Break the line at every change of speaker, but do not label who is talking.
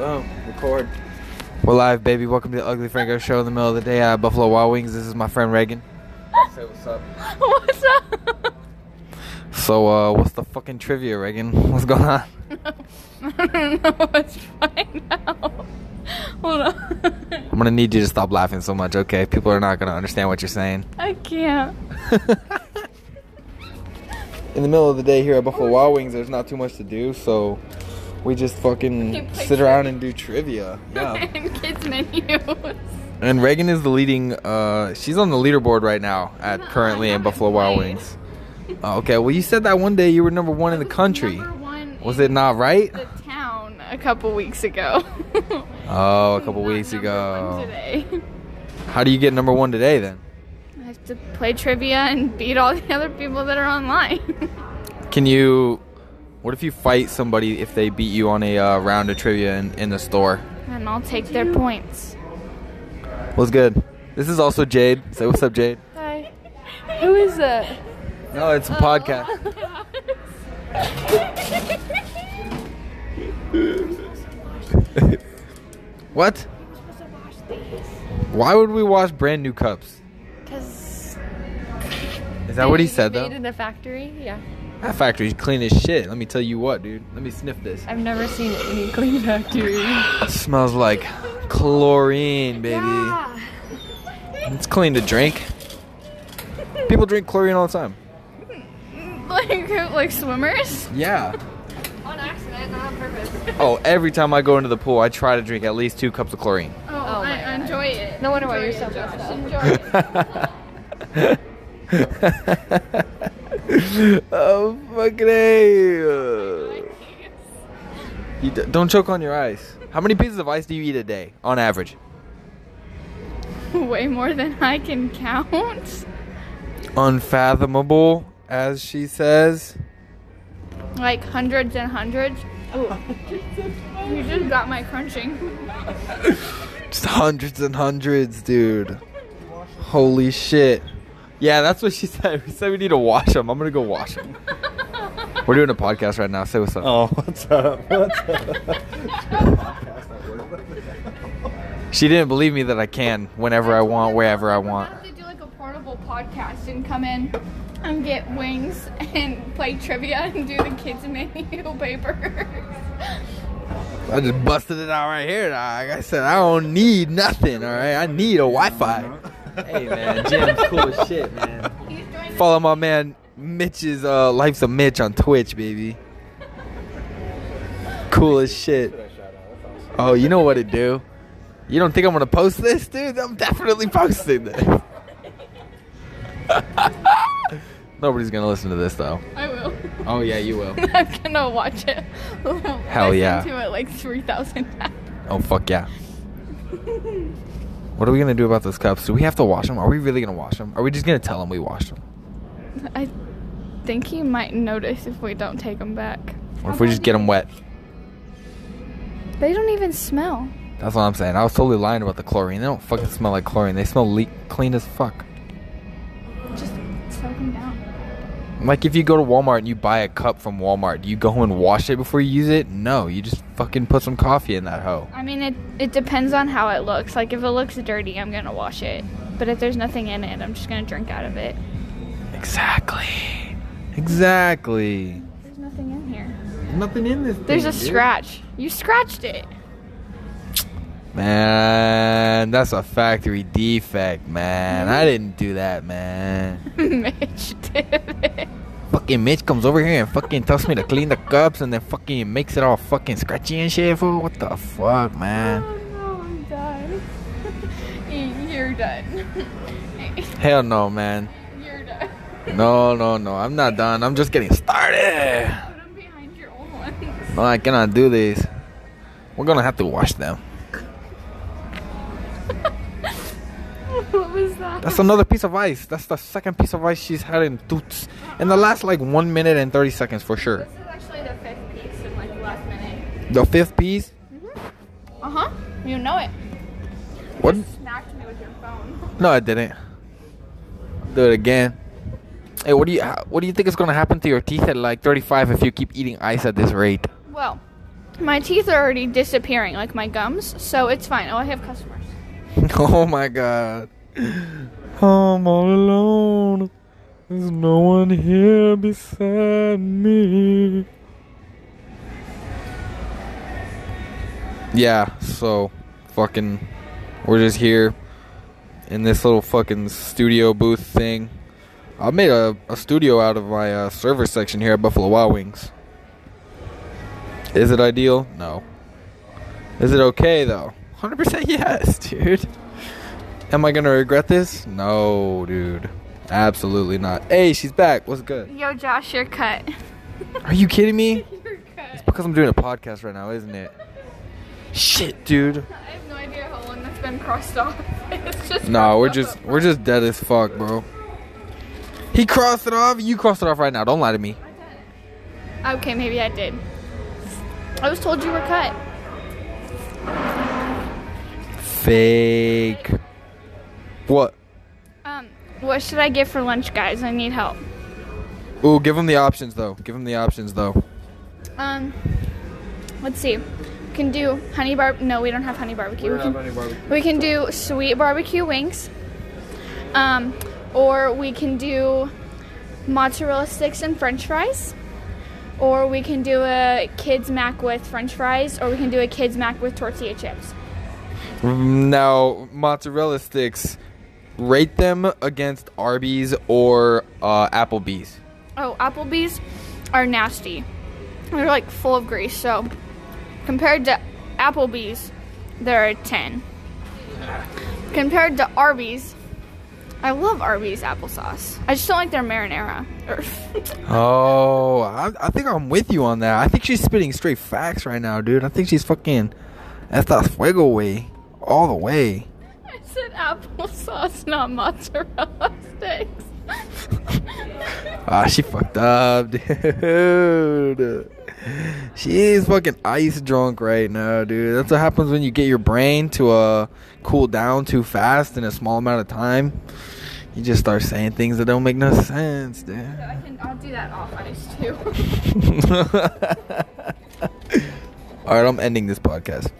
Oh, record.
We're live, baby. Welcome to the Ugly Franco Show in the middle of the day at Buffalo Wild Wings. This is my friend Reagan. Say what's up.
What's up?
So, uh, what's the fucking trivia, Reagan? What's going on?
I don't know what's right now. Hold
I'm
on.
gonna need you to stop laughing so much, okay? People are not gonna understand what you're saying.
I can't.
In the middle of the day here at Buffalo Wild Wings, there's not too much to do, so we just
Okay,
fucking
play
sit around and do trivia. Yeah.
and kids menus.
and Reagan is the leading. Uh, she's on the leaderboard right now at
No, I
currently in
haven't
Buffalo Wild
played.
Wings. Oh, okay, well you said that one day you were number one in the country.
Number one
Was
in
it not right?
The town a couple weeks ago.
Oh, a couple
Not
weeks
number one
ago.
today.
How do you get number one today then?
I have to play trivia and beat all the other people that are online.
Can you? What if you fight somebody if they beat you on a uh, round of trivia in, in the store?
and I'll take their points.
What's good? This is also Jade. Say what's up, Jade.
Hi. Who is that?
No, it's a podcast. What? Why would we wash brand new cups?
Because
Is that what he said
made
though?
in a factory. Yeah,
That factory's clean as shit. Let me tell you what, dude. Let me sniff this.
I've never seen any clean factory.
It smells like chlorine, baby. It's clean to drink. People drink chlorine all the time.
like like swimmers?
Yeah.
On accident, not on purpose.
Oh, every time I go into the pool, I try to drink at least two cups of chlorine.
Oh, I
my
enjoy it.
No wonder why you're
Enjoy
so
it, Josh.
messed up.
oh, fucking A. You d- don't choke on your ice. How many pieces of ice do you eat a day, on average?
Enjoy it. Way more than I can count.
Unfathomable, as she says.
Like hundreds and hundreds. Oh. you just got my crunching.
Just hundreds and hundreds, dude. Holy shit. Yeah, that's what she said. We said we need to wash them. I'm gonna go wash them. We're doing a podcast right now. Say what's up.
Oh, what's up? What's up?
She didn't believe me that I can whenever I want, wherever I want.
have to do like a portable podcast and come in and get wings and play trivia and do the kids menu papers.
I just busted it out right here. Like I said, I don't need nothing. All right, I need a Wi-Fi. Hey man, Jim's cool as shit, man.
He's joining
Follow my man Mitch's uh, Life's a Mitch on Twitch, baby. Cool as shit. Oh, you know what it do? You don't think I'm gonna post this, dude? I'm definitely posting this. Nobody's gonna listen to this though.
I will.
Oh yeah, you will.
I'm gonna watch it.
Hell
Listen
yeah.
To it like three thousand times.
Oh fuck yeah. What are we gonna do about those cups? Do we have to wash them? Are we really gonna wash them? Are we just gonna tell them we washed them?
I think he might notice if we don't take them back.
Or if we just get them wet?
They don't even smell.
That's what I'm saying. I was totally lying about the chlorine. They don't fucking smell like chlorine. They smell leak clean as fuck.
Just soak them down.
Like if you go to Walmart and you buy a cup from Walmart, do you go and wash it before you use it? No, you just fucking put some coffee in that hoe.
I mean, it it depends on how it looks. Like if it looks dirty, I'm gonna wash it. But if there's nothing in it, I'm just gonna drink out of it.
Exactly. Exactly.
There's nothing in here.
Nothing in this.
There's a scratch. You scratched it.
Man, that's a factory defect, man. I didn't do that, man.
Mitch did it.
Fucking Mitch comes over here and fucking tells me to clean the cups and then fucking makes it all fucking scratchy and shit, fool. What the fuck, man?
Oh no, I'm done. You're done.
Hell no, man.
You're done.
No, no, no. I'm not done. I'm just getting started.
Put them behind your old ones.
No, I cannot do this. We're gonna have to wash them.
what was that?
That's another piece of ice. That's the second piece of ice she's had in toots. In the last like one minute and 30 seconds for sure.
This is actually the fifth piece in like the last minute.
The fifth piece.
Uh huh. You know it.
What?
Smacked me with your phone.
No, I didn't. Do it again. Hey, what do you how- what do you think is gonna happen to your teeth at like 35 if you keep eating ice at this rate?
Well, My teeth are already disappearing, like my gums, so it's fine. Oh, I have customers.
oh my god. I'm all alone. There's no one here beside me. Yeah, so fucking we're just here in this little fucking studio booth thing. I made a, a studio out of my uh, server section here at Buffalo Wild Wings. Is it ideal? No. Is it okay though? 100% yes, dude. Am I gonna regret this? No, dude. Absolutely not. Hey, she's back. What's good?
Yo, Josh, you're cut.
Are you kidding me?
you're cut.
Because I'm doing a podcast right now, isn't it? Shit, dude.
I have no idea how long that's been crossed off. it's just
No, we're
crossed
just
off.
we're just dead as fuck, bro. He crossed it off. You crossed it off right now. Don't lie to me.
Okay, maybe I did. I was told you were cut.
Fake. What?
Um, what should I get for lunch, guys? I need help.
Ooh, give him the options though. Give him the options though.
Um, let's see. We can do honey bar. No, we don't have honey barbecue. We can, we can do sweet barbecue wings. Um, or we can do mozzarella sticks and French fries. Or we can do a kids mac with French fries. Or we can do a kids mac with tortilla chips.
Now, mozzarella sticks. Rate them against Arby's or uh, Applebee's.
Oh, Applebee's are nasty. They're like full of grease. So compared to Applebee's, they're a 10. Compared to Arby's, I love Arby's applesauce. I just don't like their marinara.
Oh, I, I think I'm with you on that. I think she's spitting straight facts right now, dude. I think she's fucking esta fuego way, all the way.
I said applesauce, not mozzarella sticks.
Ah, she fucked up, dude. She's fucking ice drunk right now, dude. That's what happens when you get your brain to uh cool down too fast in a small amount of time. You just start saying things that don't make no sense, dude.
I can, I'll do that off ice too.
All right, I'm ending this podcast.